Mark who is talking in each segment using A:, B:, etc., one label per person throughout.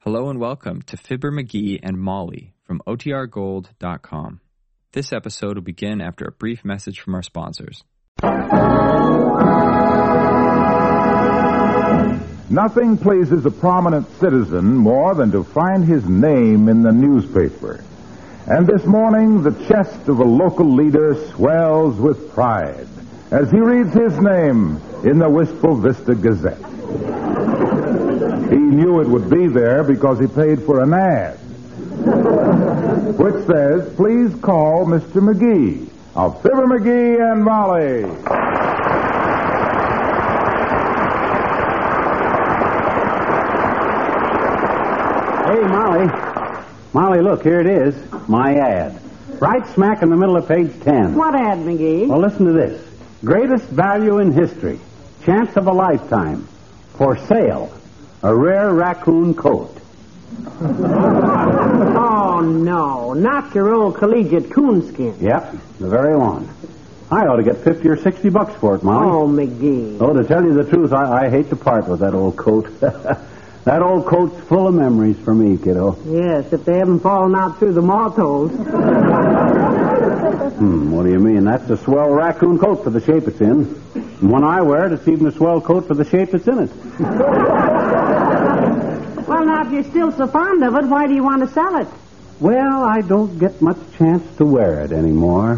A: Hello and welcome to Fibber McGee and Molly from OTRGold.com. This episode will begin after a brief message from our sponsors.
B: Nothing pleases a prominent citizen more than to find his name in the newspaper. And this morning, the chest of a local leader swells with pride as he reads his name in the Wistful Vista Gazette. he knew it would be there because he paid for an ad, which says, Please call Mr. McGee of Fibber McGee and Molly.
C: Hey, Molly. Molly, look, here it is. My ad. Right smack in the middle of page 10.
D: What ad, McGee?
C: Well, listen to this. Greatest value in history. Chance of a lifetime. For sale. A rare raccoon coat.
D: Oh, no. Not your old collegiate coonskin.
C: Yep, the very one. I ought to get 50 or 60 bucks for it, Molly.
D: Oh, McGee.
C: Oh, to tell you the truth, I, I hate to part with that old coat. that old coat's full of memories for me, kiddo.
D: Yes, if they haven't fallen out through the moth holes.
C: Hmm, what do you mean? That's a swell raccoon coat for the shape it's in. And when I wear it, it's even a swell coat for the shape it's in it.
D: Well, now, if you're still so fond of it, why do you want to sell it?
C: Well, I don't get much chance to wear it anymore.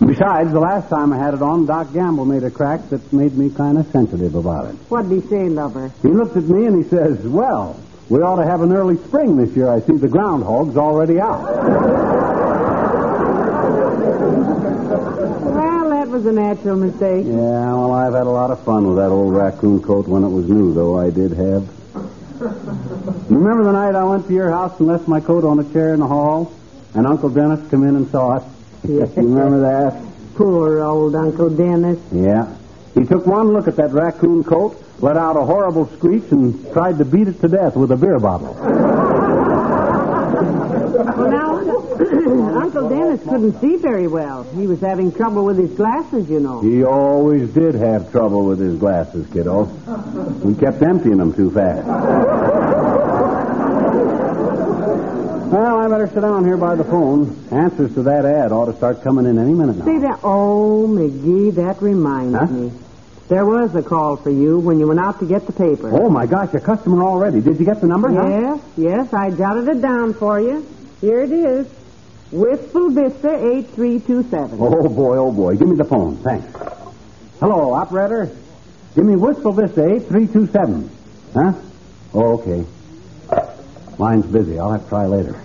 C: Besides, the last time I had it on, Doc Gamble made a crack that made me kind of sensitive about it.
D: What'd he say, lover?
C: He looked at me and he says, Well, we ought to have an early spring this year. I see the groundhog's already out.
D: Well, that was a natural mistake.
C: Yeah, well, I've had a lot of fun with that old raccoon coat when it was new, though I did have. Remember the night I went to your house and left my coat on a chair in the hall, and Uncle Dennis come in and saw it?
D: Yeah.
C: you remember that?
D: Poor old Uncle Dennis.
C: Yeah. He took one look at that raccoon coat, let out a horrible screech, and tried to beat it to death with a beer bottle.
D: Well, now, Uncle Dennis couldn't see very well. He was having trouble with his glasses, you know.
C: He always did have trouble with his glasses, kiddo. We kept emptying them too fast. Well, I better sit down here by the phone. Answers to that ad ought to start coming in any minute
D: Say
C: now.
D: that. Oh, McGee, that reminds
C: Huh?
D: me. There was a call for you when you went out to get the paper.
C: Oh, my gosh, a customer already. Did you get the number? huh?
D: Yes, yes, I jotted it down for you. Here it is. Wistful Vista 8327.
C: Oh, boy, oh, boy. Give me the phone. Thanks. Hello, operator. Give me eh? Wistful Vista 8327. Huh? Oh, okay. Line's busy. I'll have to try later.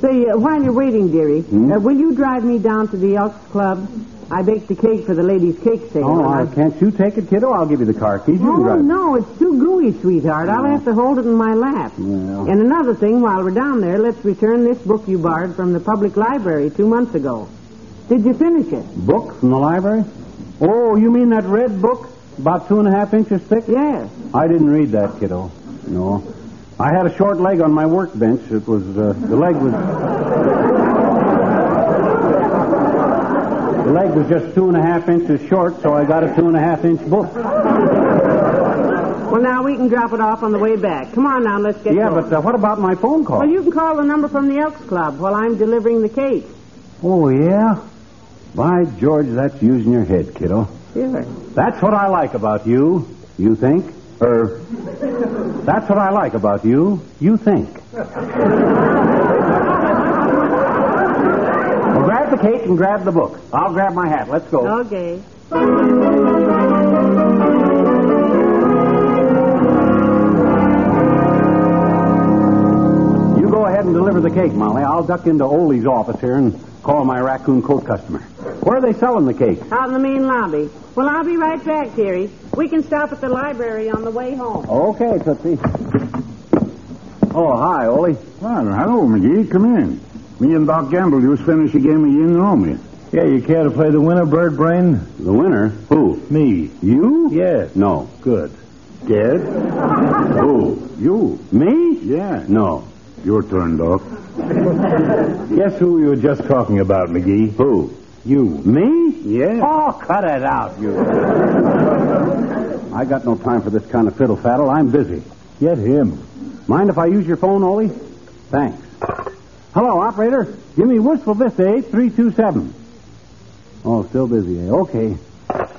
D: Say, uh, while you're waiting, dearie,
C: Hmm?
D: uh, will you drive me down to the Elks Club? I baked the cake for the ladies' cake sale.
C: Oh,
D: and
C: I can't you take it, kiddo? I'll give you the car keys. You can
D: Oh,
C: drive. Oh.
D: no, it's too gooey, sweetheart. I'll have to hold it in my lap.
C: Well.
D: And another thing, while we're down there, let's return this book you borrowed from the public library two months ago. Did you finish it?
C: Book from the library? Oh, you mean that red book? About two and a half inches thick?
D: Yes.
C: I didn't read that, kiddo. No. I had a short leg on my workbench. It was, uh, the leg was. the leg was just two and a half inches short, so I got a two and a half inch book.
D: Well, now we can drop it off on the way back. Come on now, let's get
C: Yeah,
D: going.
C: but uh, what about my phone call?
D: Well, you can call the number from the Elks Club while I'm delivering the cake.
C: Oh, yeah? By George, that's using your head, kiddo.
D: Sure.
C: That's what I like about you. You think? Er, that's what I like about you. You think. well, grab the cake and grab the book. I'll grab my hat. Let's go.
D: Okay.
C: You go ahead and deliver the cake, Molly. I'll duck into Ole's office here and call my raccoon coat customer. Where are they selling the cake?
D: Out in the main lobby. Well, I'll be right back, dearie. We can stop at the library on the way home.
C: Okay, Tootsie. Oh, hi, Ole.
E: Well, hello, McGee. Come in. Me and Doc Gamble just finished a game of yin and
F: Yeah, you care to play the winner, Bird Brain?
C: The winner? Who?
F: Me.
C: You?
F: Yes.
C: No.
F: Good.
E: Dead? Who? Oh, You.
C: Me?
E: Yeah.
C: No.
E: Your turn, Doc.
F: Guess who you were just talking about, McGee?
C: Who?
F: You.
C: Me?
F: Yeah.
C: Oh, cut it out, you. I got no time for this kind of fiddle faddle. I'm busy.
F: Get him.
C: Mind if I use your phone, Ole? Thanks. Hello, operator. Give me Wistful eh? Vista 8327. Oh, still busy, eh? Okay.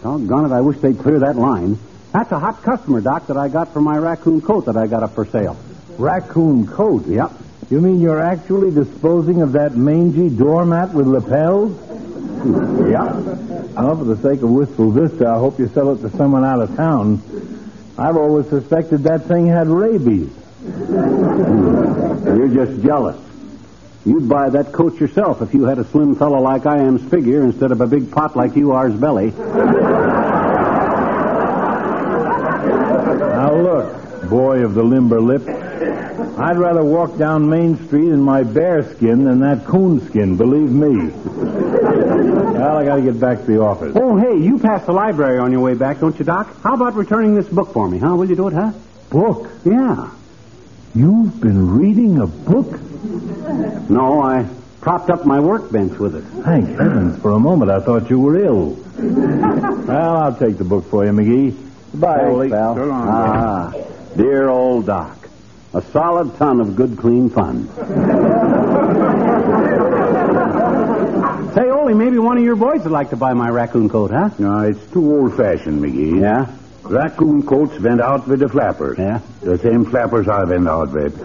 C: Doggone it, I wish they'd clear that line. That's a hot customer, Doc, that I got for my raccoon coat that I got up for sale.
F: Raccoon coat.
C: Yep.
F: You mean you're actually disposing of that mangy doormat with lapels?
C: Yep.
F: Well, for the sake of Wistful Vista, I hope you sell it to someone out of town. I've always suspected that thing had rabies.
C: You're just jealous. You'd buy that coat yourself if you had a slim fellow like I am's figure instead of a big pot like you are's belly.
F: Now look, boy of the limber lip, I'd rather walk down Main Street in my bear skin than that coon skin, believe me. well, I gotta get back to the office.
C: Oh, hey, you passed the library on your way back, don't you, Doc? How about returning this book for me, huh? Will you do it, huh?
F: Book?
C: Yeah.
F: You've been reading a book?
C: No, I propped up my workbench with it.
F: Thank heavens. For a moment, I thought you were ill. well, I'll take the book for you, McGee. Goodbye,
C: Thanks,
F: Ole.
C: pal.
E: So long.
C: Ah, dear old Doc. A solid ton of good, clean fun. Say, Ole, maybe one of your boys would like to buy my raccoon coat, huh?
E: No, it's too old-fashioned, McGee.
C: Yeah?
E: Raccoon coats went out with the flappers.
C: Yeah?
E: The same flappers I went out with.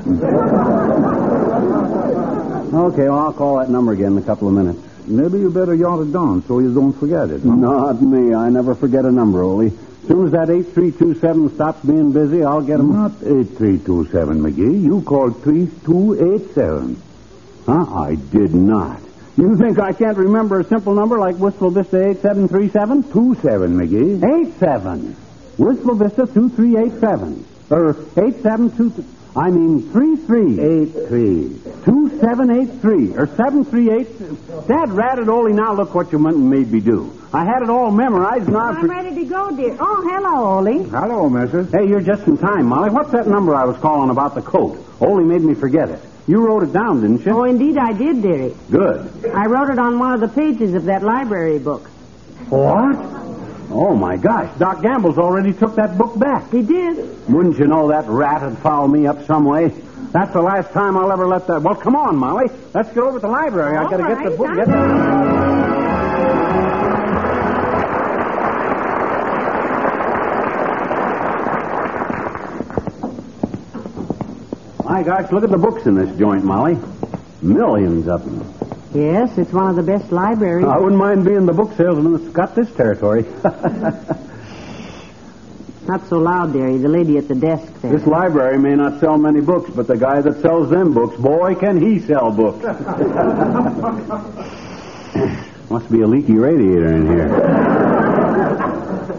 C: Okay, well, I'll call that number again in a couple of minutes.
E: Maybe you better jot it down so you don't forget it.
C: Not me. I never forget a number, Ole. As soon as that 8327 stops being busy, I'll get him.
E: Not 8327, McGee. You called 3287.
C: Huh? I did not. You think I can't remember a simple number like Wistful Vista 8737?
E: 27, McGee.
C: Eight seven. Wistful Vista two three eight seven. Or eight seven two. Th- I mean three three.
E: Eight three.
C: Two seven eight three or seven three eight. Dad ratted only now. Look what you meant and made me do. I had it all memorized.
G: Oh,
C: Now.
D: I'm ready to go, dear. Oh, hello, Ollie.
E: Hello, Messrs.
C: Hey, you're just in time, Molly. What's that number I was calling about the coat? Only made me forget it. You wrote it down, didn't you?
D: Oh, indeed, I did, dearie.
C: Good.
D: I wrote it on one of the pages of that library book.
C: What? Oh my gosh, Doc Gamble's already took that book back.
D: He did.
C: Wouldn't you know that rat had fouled me up some way? That's the last time I'll ever let that. Well, come on, Molly. Let's get over to the library. I
D: All
C: gotta get the
D: right,
C: book.
D: I'm
C: Get... My gosh, look at the books in this joint, Molly. Millions of them.
D: Yes, it's one of the best libraries.
G: Oh.
C: I wouldn't mind being the book salesman that's got this territory.
D: Not so loud, dearie. The lady at the desk there.
C: This library may not sell many books, but the guy that sells them books, boy, can he sell books. Must be a leaky radiator in here.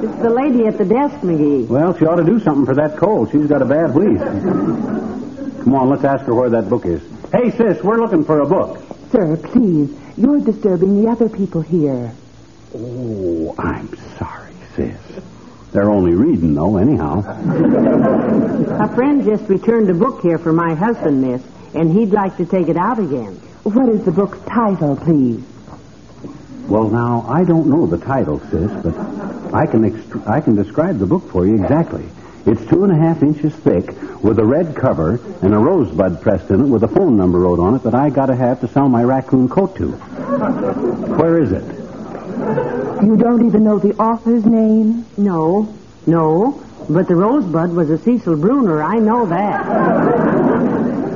D: It's the lady at the desk, McGee.
C: Well, she ought to do something for that cold. She's got a bad wheeze. Come on, let's ask her where that book is. Hey, sis, we're looking for a book.
G: Sir, please. You're disturbing the other people here.
C: Oh, I'm sorry, sis. They're only reading, though, anyhow.
D: A friend just returned a book here for my husband, miss, and he'd like to take it out again.
G: What is the book's title, please?
C: Well, now, I don't know the title, sis, but I can, ext- I can describe the book for you exactly. It's two and a half inches thick with a red cover and a rosebud pressed in it with a phone number wrote on it that I got to have to sell my raccoon coat to. Where is it?
G: You don't even know the author's name?
D: No, no. But the rosebud was a Cecil Bruner. I know that.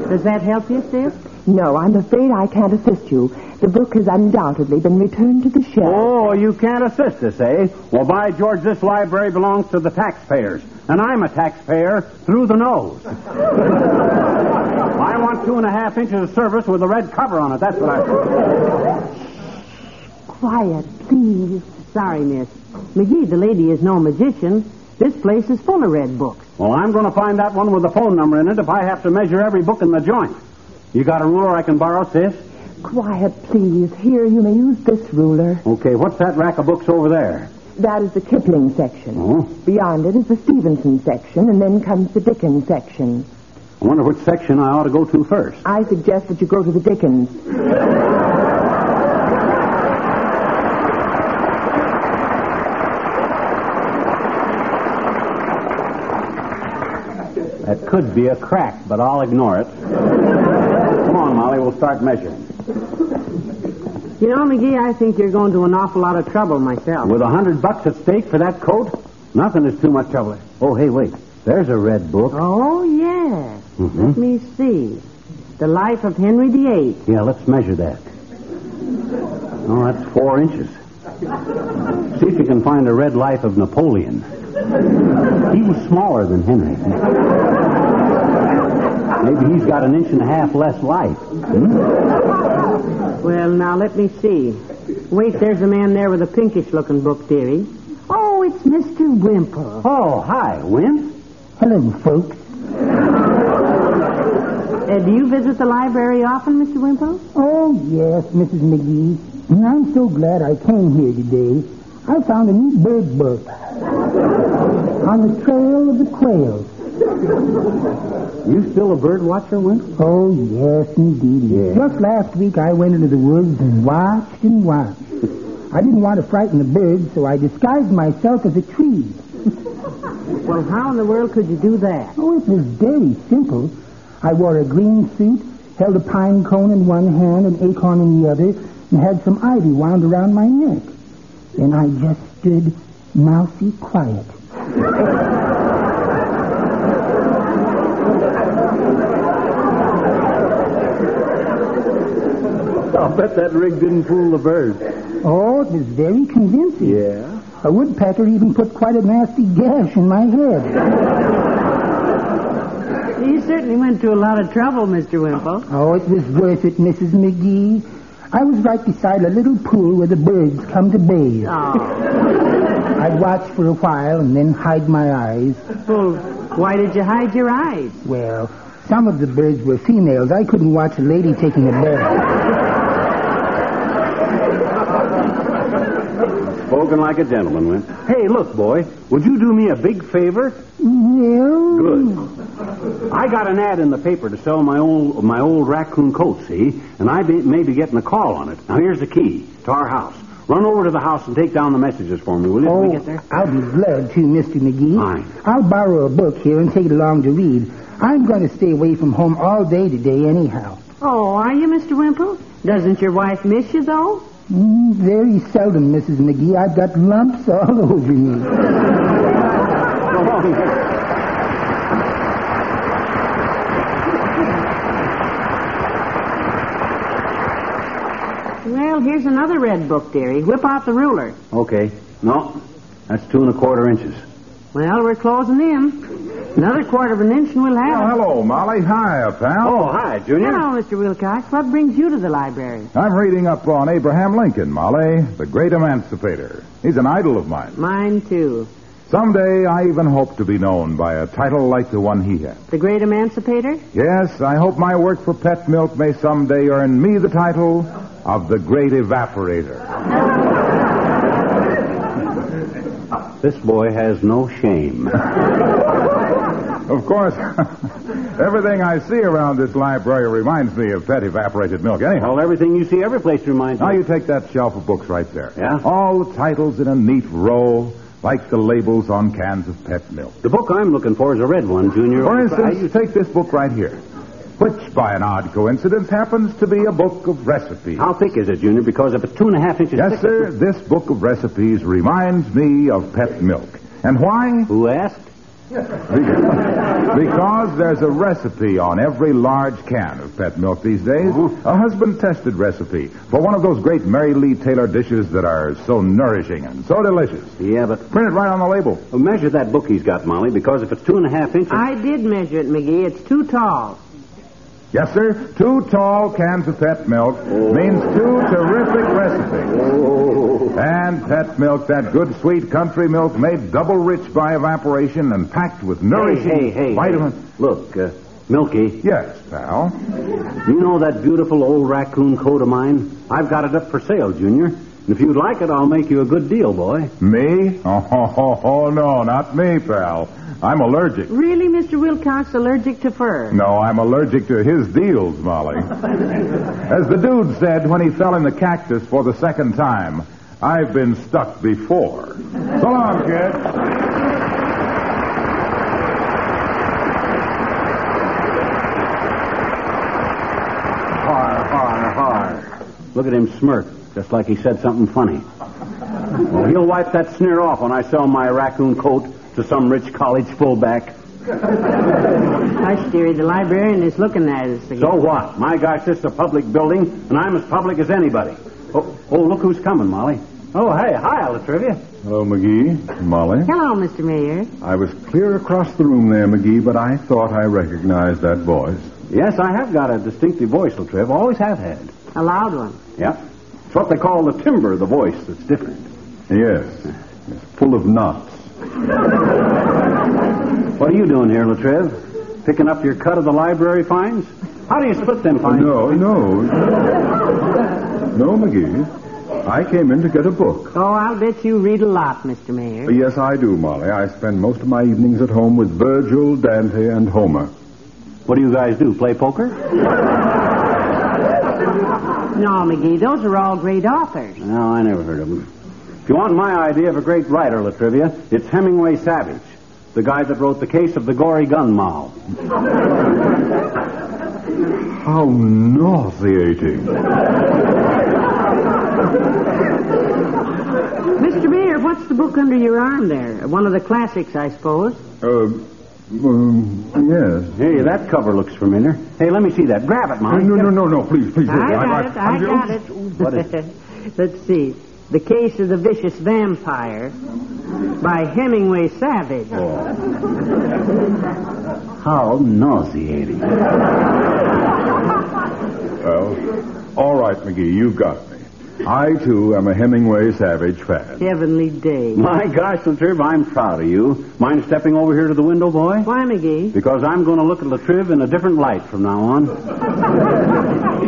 D: Does that help you, sis?
G: No, I'm afraid I can't assist you. The book has undoubtedly been returned to the shelf.
C: Oh, you can't assist us, eh? Well, by George, this library belongs to the taxpayers, and I'm a taxpayer through the nose. I want two and a half inches of service with a red cover on it. That's what I.
G: Quiet, please.
D: Oh. Sorry, miss. McGee, the lady is no magician. This place is full of red books.
C: Well, I'm going to find that one with a phone number in it if I have to measure every book in the joint. You got a ruler I can borrow, sis?
G: Quiet, please. Here, you may use this ruler.
C: Okay, what's that rack of books over there?
G: That is the Kipling section.
C: Oh.
G: Beyond it is the Stevenson section, and then comes the Dickens section.
C: I wonder which section I ought to go to first.
G: I suggest that you go to the Dickens.
C: That could be a crack, but I'll ignore it. Come on, Molly, we'll start measuring.
D: You know, McGee, I think you're going to an awful lot of trouble myself.
C: With a hundred bucks at stake for that coat, nothing is too much trouble. Oh, hey, wait. There's a red book.
D: Oh, yes. Let me see. The Life of Henry VIII.
C: Yeah, let's measure that. Oh, that's four inches. See if you can find a red life of Napoleon. He was smaller than Henry. Maybe he's got an inch and a half less life.
D: Well, now, let me see. Wait, there's a man there with a pinkish looking book, dearie.
G: Oh, it's Mr. Wimple.
C: Oh, hi, Wimp.
G: Hello, folks.
D: Uh, do you visit the library often, Mr. Wimple?
H: Oh, yes, Mrs. McGee. And I'm so glad I came here today. I found a new bird book. On the trail of the quail.
C: You still a bird watcher, Wimp?
H: Oh, yes, indeed. Just last week I went into the woods and watched and watched. I didn't want to frighten the birds, so I disguised myself as a tree.
D: Well, how in the world could you do that?
H: Oh, it was very simple. I wore a green suit, held a pine cone in one hand, an acorn in the other, and had some ivy wound around my neck. Then I just stood mousy quiet.
C: I'll bet that rig didn't fool the birds.
H: Oh, it was very convincing.
C: Yeah?
H: A woodpecker even put quite a nasty gash in my head.
D: You certainly went to a lot of trouble, Mr. Wimple.
H: Oh, it was worth it, Mrs. McGee. I was right beside a little pool where the birds come to bathe.
D: Oh,
H: I'd watch for a while and then hide my eyes.
D: well, why did you hide your eyes?
H: Well, some of the birds were females. I couldn't watch a lady taking a bath.
C: Spoken like a gentleman, Wimp. Hey, look, boy, would you do me a big favor?
H: Well,
C: Good.
B: Hmm.
C: I got an ad in the paper to sell my old my old raccoon coat, see, and I be, may be getting a call on it. Now here's the key to our house. Run over to the house and take down the messages for me, will you? When we
H: Oh,
C: get there?
H: I'll be glad to, Mr. McGee.
C: Fine.
H: I'll borrow a book here and take it along to read. I'm going to stay away from home all day today, anyhow.
D: Oh, are you, Mr. Wimple? Doesn't your wife miss you, though?
H: Mm, very seldom, Mrs. McGee. I've got lumps all over me.
C: So long.
D: Well, here's another red book, dearie. Whip out the ruler.
C: okay. No, that's two and a quarter inches.
D: Well, we're closing in. Another quarter of an inch and we'll
B: Well,
D: have it.
B: hello, Molly. Hiya, pal.
C: Oh, hi, Junior.
D: Hello, Mr. Wilcox. What brings you to the library?
B: I'm reading up on Abraham Lincoln, Molly, the great emancipator. He's an idol of mine.
D: Mine, too.
B: Someday I even hope to be known by a title like the one he had.
D: The Great Emancipator?
B: Yes, I hope my work for pet milk may someday earn me the title of the great evaporator.
C: This boy has no shame.
B: Of course, everything I see around this library reminds me of pet evaporated milk. Anyhow,
C: well, everything you see every place reminds
B: Now
C: me.
B: you take that shelf of books right there.
C: Yeah?
B: All the titles in a neat row, like the labels on cans of pet milk.
C: The book I'm looking for is a red one, Junior.
B: For
C: I-
B: instance, you take this book right here, which, by an odd coincidence, happens to be a book of recipes.
C: how thick is it, Junior? Because if it's two and a half inches
B: Yes,
C: thick,
B: sir, this book of recipes reminds me of pet milk. And why?
C: Who asked?
B: Because there's a recipe on every large can of pet milk these days. A husband tested recipe for one of those great Mary Lee Taylor dishes that are so nourishing and so delicious.
C: Yeah, but
B: Print it right on the label.
C: Well, measure that book he's got, Molly, because if it's two and a half inches.
D: I did measure it, McGee. It's too tall.
B: Yes, sir. Two tall cans of pet milk means two terrific recipes.
C: Oh.
B: And pet milk, that good sweet country milk made double rich by evaporation and packed with
C: Hey,
B: nourishing
C: hey, hey.
B: vitamins.
C: hey. Look, uh, Milky,
B: Yes, pal.
C: you know that beautiful old raccoon coat of mine? I've got it up for sale, Junior. And if you'd like it, I'll make you a good deal, boy.
B: Me? Oh, ho, ho, ho, no, not me, pal. I'm allergic.
D: Really, Mr. Wilcox, allergic to fur?
B: No, I'm allergic to his deals, Molly. As the dude said when he fell in the cactus for the second time, I've been stuck before. So long, kid.
C: Look at him smirk, just like he said something funny. Well, he'll wipe that sneer off when I sell my raccoon coat to some rich college fullback.
D: Hush, dearie. The librarian is looking at us again.
C: So what? My gosh, this is a public building, and I'm as public as anybody. Oh, oh look who's coming, Molly. Oh, hey, hi, Latrivia.
B: Hello, McGee. Molly.
D: Hello, Mr. Mayor.
B: I was clear across the room there, McGee, but I thought I recognized that voice.
C: Yes, I have got a distinctive voice, Latriv. Always have had.
D: A loud one.
C: Yep. It's what they call the timber of the voice that's different.
B: Yes. It's full of knots.
C: What are you doing here, Latriv? Picking up your cut of the library fines? How do you split them fines?
B: Oh, No, no. No, McGee. I came in to get a book.
D: Oh, I'll bet you read a lot, Mr. Mayor.
B: Yes, I do, Molly. I spend most of my evenings at home with Virgil, Dante, and Homer.
C: What do you guys do? Play poker?
D: No, McGee, those are all great authors.
C: No, I never heard of them. If you want my idea of a great writer, Latrivia, it's Hemingway Savage, the guy that wrote The Case of the Gory Gun Moll.
B: How nauseating.
D: Mr. Mayor, what's the book under your arm there? One of the classics, I suppose.
B: Uh, um, yes.
C: Hey, that cover looks familiar. Hey, let me see that. Grab it,
B: Uh,
C: Molly.
B: no, no, no, no, please, please.
D: I got Oh,
B: I- I-
D: it. I
B: I-
D: got it.
C: What is
D: Let's see. The Case of the Vicious Vampire by Hemingway Savage.
C: How nauseating.
B: Well, all right, McGee, you've got me. I, too, am a Hemingway Savage fan.
D: Heavenly Day.
C: My gosh, Latriv, I'm proud of you. Mind stepping over here to the window, boy?
D: Why, McGee?
C: Because I'm going to look at Latriv in a different light from now on.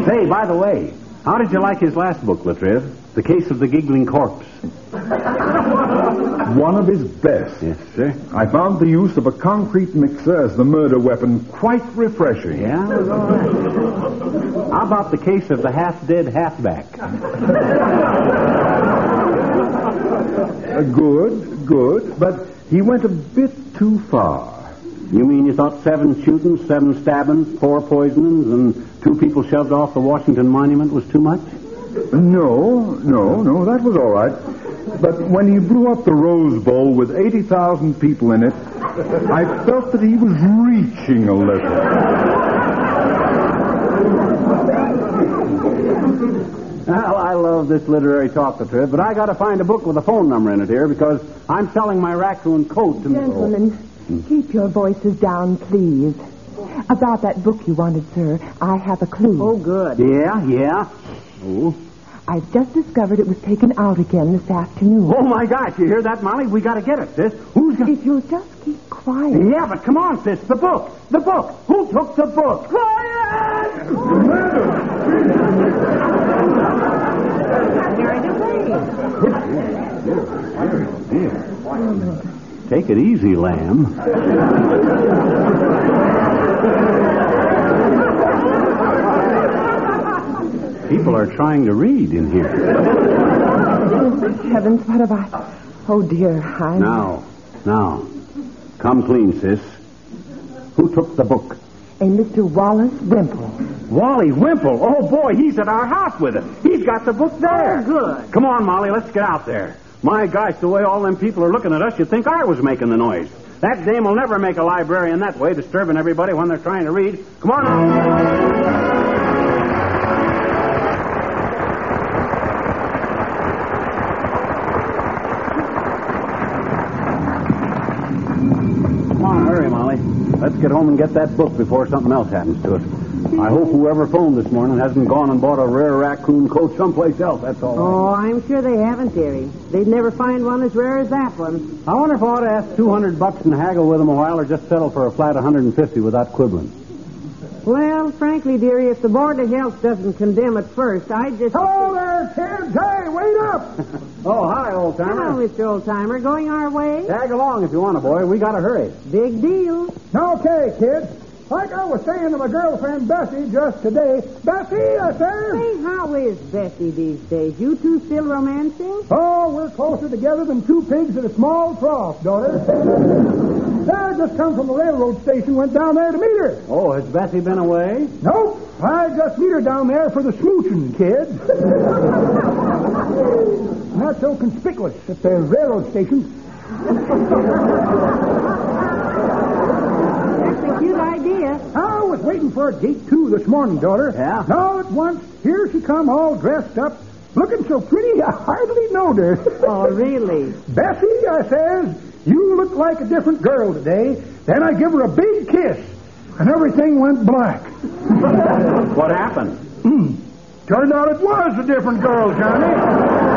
C: Say, by the way, how did you like his last book, Latriv? The Case of the Giggling Corpse.
B: One of his best.
C: Yes, sir.
B: I found the use of a concrete mixer as the murder weapon quite refreshing.
C: Yeah? it was all right. How about the case of the half-dead halfback?
B: Uh, good, good, but he went a bit too far.
C: You mean you thought seven shootings, seven stabbings, four poisonings, and two people shoved off the Washington Monument was too much?
B: No, no, no, that was all right. But when he blew up the Rose Bowl with 80,000 people in it, I felt that he was reaching a little.
C: Well, I love this literary talk, Latriv, but I got to find a book with a phone number in it here because I'm selling my raccoon coat to...
G: Gentlemen, keep your voices down, please. About that book you wanted, sir, I have a clue.
D: Oh, good.
C: Yeah, yeah. Oh.
G: I've just discovered it was taken out again this afternoon.
C: Oh my gosh, you hear that, Molly? We gotta get it, sis. Who's got
G: If you'll just keep quiet.
C: Yeah, but come on, sis. The book. The book. Who took the book? Quiet! Take it easy, lamb. People are trying to read in here.
G: Heavens, what have I? Oh dear, I.
C: Now, now, come clean, sis. Who took the book?
G: A Mr. Wallace Wimple.
C: Wally Wimple. Oh, boy, he's at our house with us. He's got the book there. Oh, good. Come on, Molly, let's get out there. My gosh, the way all them people are looking at us, you'd think I was making the noise. That dame will never make a librarian that way, disturbing everybody when they're trying to read. Come on out. Come on, hurry, Molly. Let's get home and get that book before something else happens to us. I hope whoever phoned this morning hasn't gone and bought a rare raccoon coat someplace else, that's all.
D: Oh, I'm sure they haven't, dearie. They'd never find one as rare as that one.
C: I wonder if I ought to ask 200 bucks and haggle with them a while or just settle for a flat 150 without quibbling.
D: Well, frankly, dearie, if the Board of Health doesn't condemn it first, I just...
B: Hello there, kids. Hey, wait up.
C: Oh, hi, old
D: Hello, Mr. Oldtimer. Going our way?
C: Tag along if you want to, boy. We got to hurry.
D: Big deal.
H: Okay, kids. Like I was saying to my girlfriend Bessie just today, Bessie, I say,
D: Say, how is Bessie these days? You two still romancing?
H: oh, we're closer together than two pigs at a small trough, daughter. I just come from the railroad station, went down there to meet her.
C: Oh, has Bessie been away?
H: Nope, I just meet her down there for the smooching, kids. Not so conspicuous at the railroad station.
D: That's a cute idea.
H: I was waiting for a date two this morning, daughter.
C: Yeah?
H: And all at once, here she come all dressed up, looking so pretty I hardly knowed her.
D: Oh, really?
H: Bessie, I says, you look like a different girl today. Then I give her a big kiss, and everything went black.
C: What happened?
H: Turned out it was a different girl, Johnny.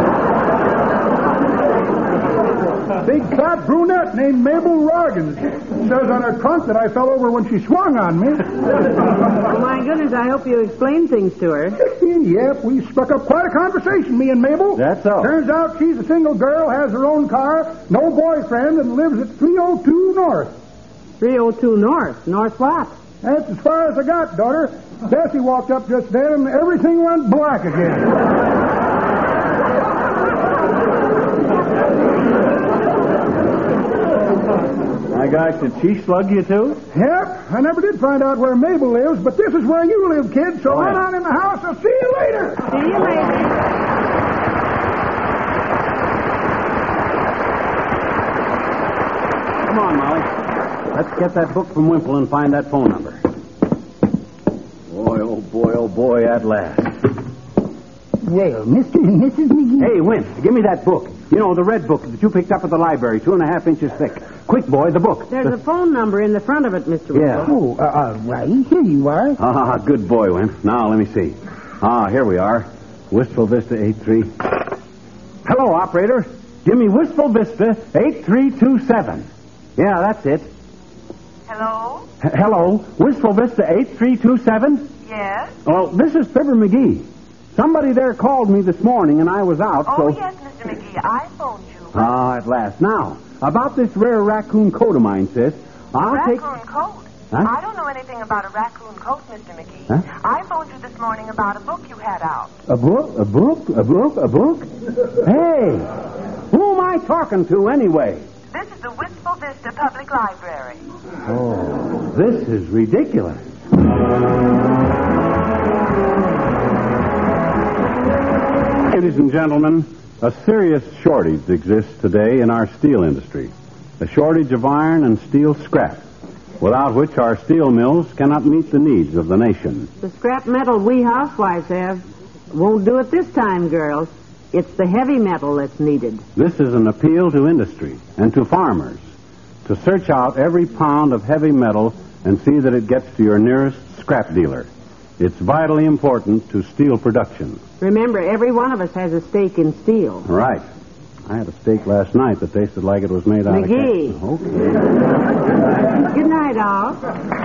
H: Big fat brunette named Mabel Roggins says on her trunk that I fell over when she swung on me.
D: Oh, my goodness, I hope you explain things to her.
H: yep, we struck up quite a conversation, me and Mabel.
C: That's all.
H: Turns out she's a single girl, has her own car, no boyfriend, and lives at 302 North.
D: 302 North. North what?
H: That's as far as I got, daughter. Bessie walked up just then, and everything went black again.
C: I got you. She slug you too?
H: yep, I never did find out where Mabel lives, but this is where you live, kid. So
C: Oh, yeah.
H: run on in the house. I'll see you later.
D: See you later.
C: Come on, Molly. Let's get that book from Wimple and find that phone number. Boy, oh boy, oh boy, at last.
I: Well, Mr. and Mrs. McGee.
C: Hey, Wimp, give me that book. You know, the red book that you picked up at the library, two and a half inches thick. Quick, boy, the book.
D: There's a phone number in the front of it, Mr.
C: Yeah.
I: Oh, uh, all right. Here you are.
C: Ah, good boy, Wimp. Now, let me see. Ah, here we are. Wistful Vista 83. Hello, operator. Give me Wistful Vista 8327. Yeah, that's it.
J: Hello?
C: H- hello, Wistful Vista 8327?
J: Yes?
C: Oh, this is Fibber McGee. Somebody there called me this morning, and I was out,
J: Oh,
C: so...
J: yes, Mr. McGee. I phoned you.
C: Ah, at last. Now, about this rare raccoon coat of mine, sis. I'll
J: raccoon
C: take...
J: coat?
C: Huh?
J: I don't know anything about a raccoon coat, Mr. McGee.
C: Huh?
J: I phoned you this morning about a book you had out.
C: A book? A book? A book? A book? hey! Who am I talking to anyway?
J: This is the Wistful Vista Public Library.
C: Oh, this is ridiculous. Ladies and gentlemen, a serious shortage exists today in our steel industry a shortage of iron and steel scrap, without which our steel mills cannot meet the needs of the nation.
D: The scrap metal we housewives have won't do it this time, girls. It's the heavy metal that's needed.
C: This is an appeal to industry and to farmers to search out every pound of heavy metal and see that it gets to your nearest scrap dealer. It's vitally important to steel production.
D: Remember, every one of us has a stake in steel.
C: Right. I had a steak last night that tasted like it was made out
D: McGee.
C: of. ca-
D: Good night, all.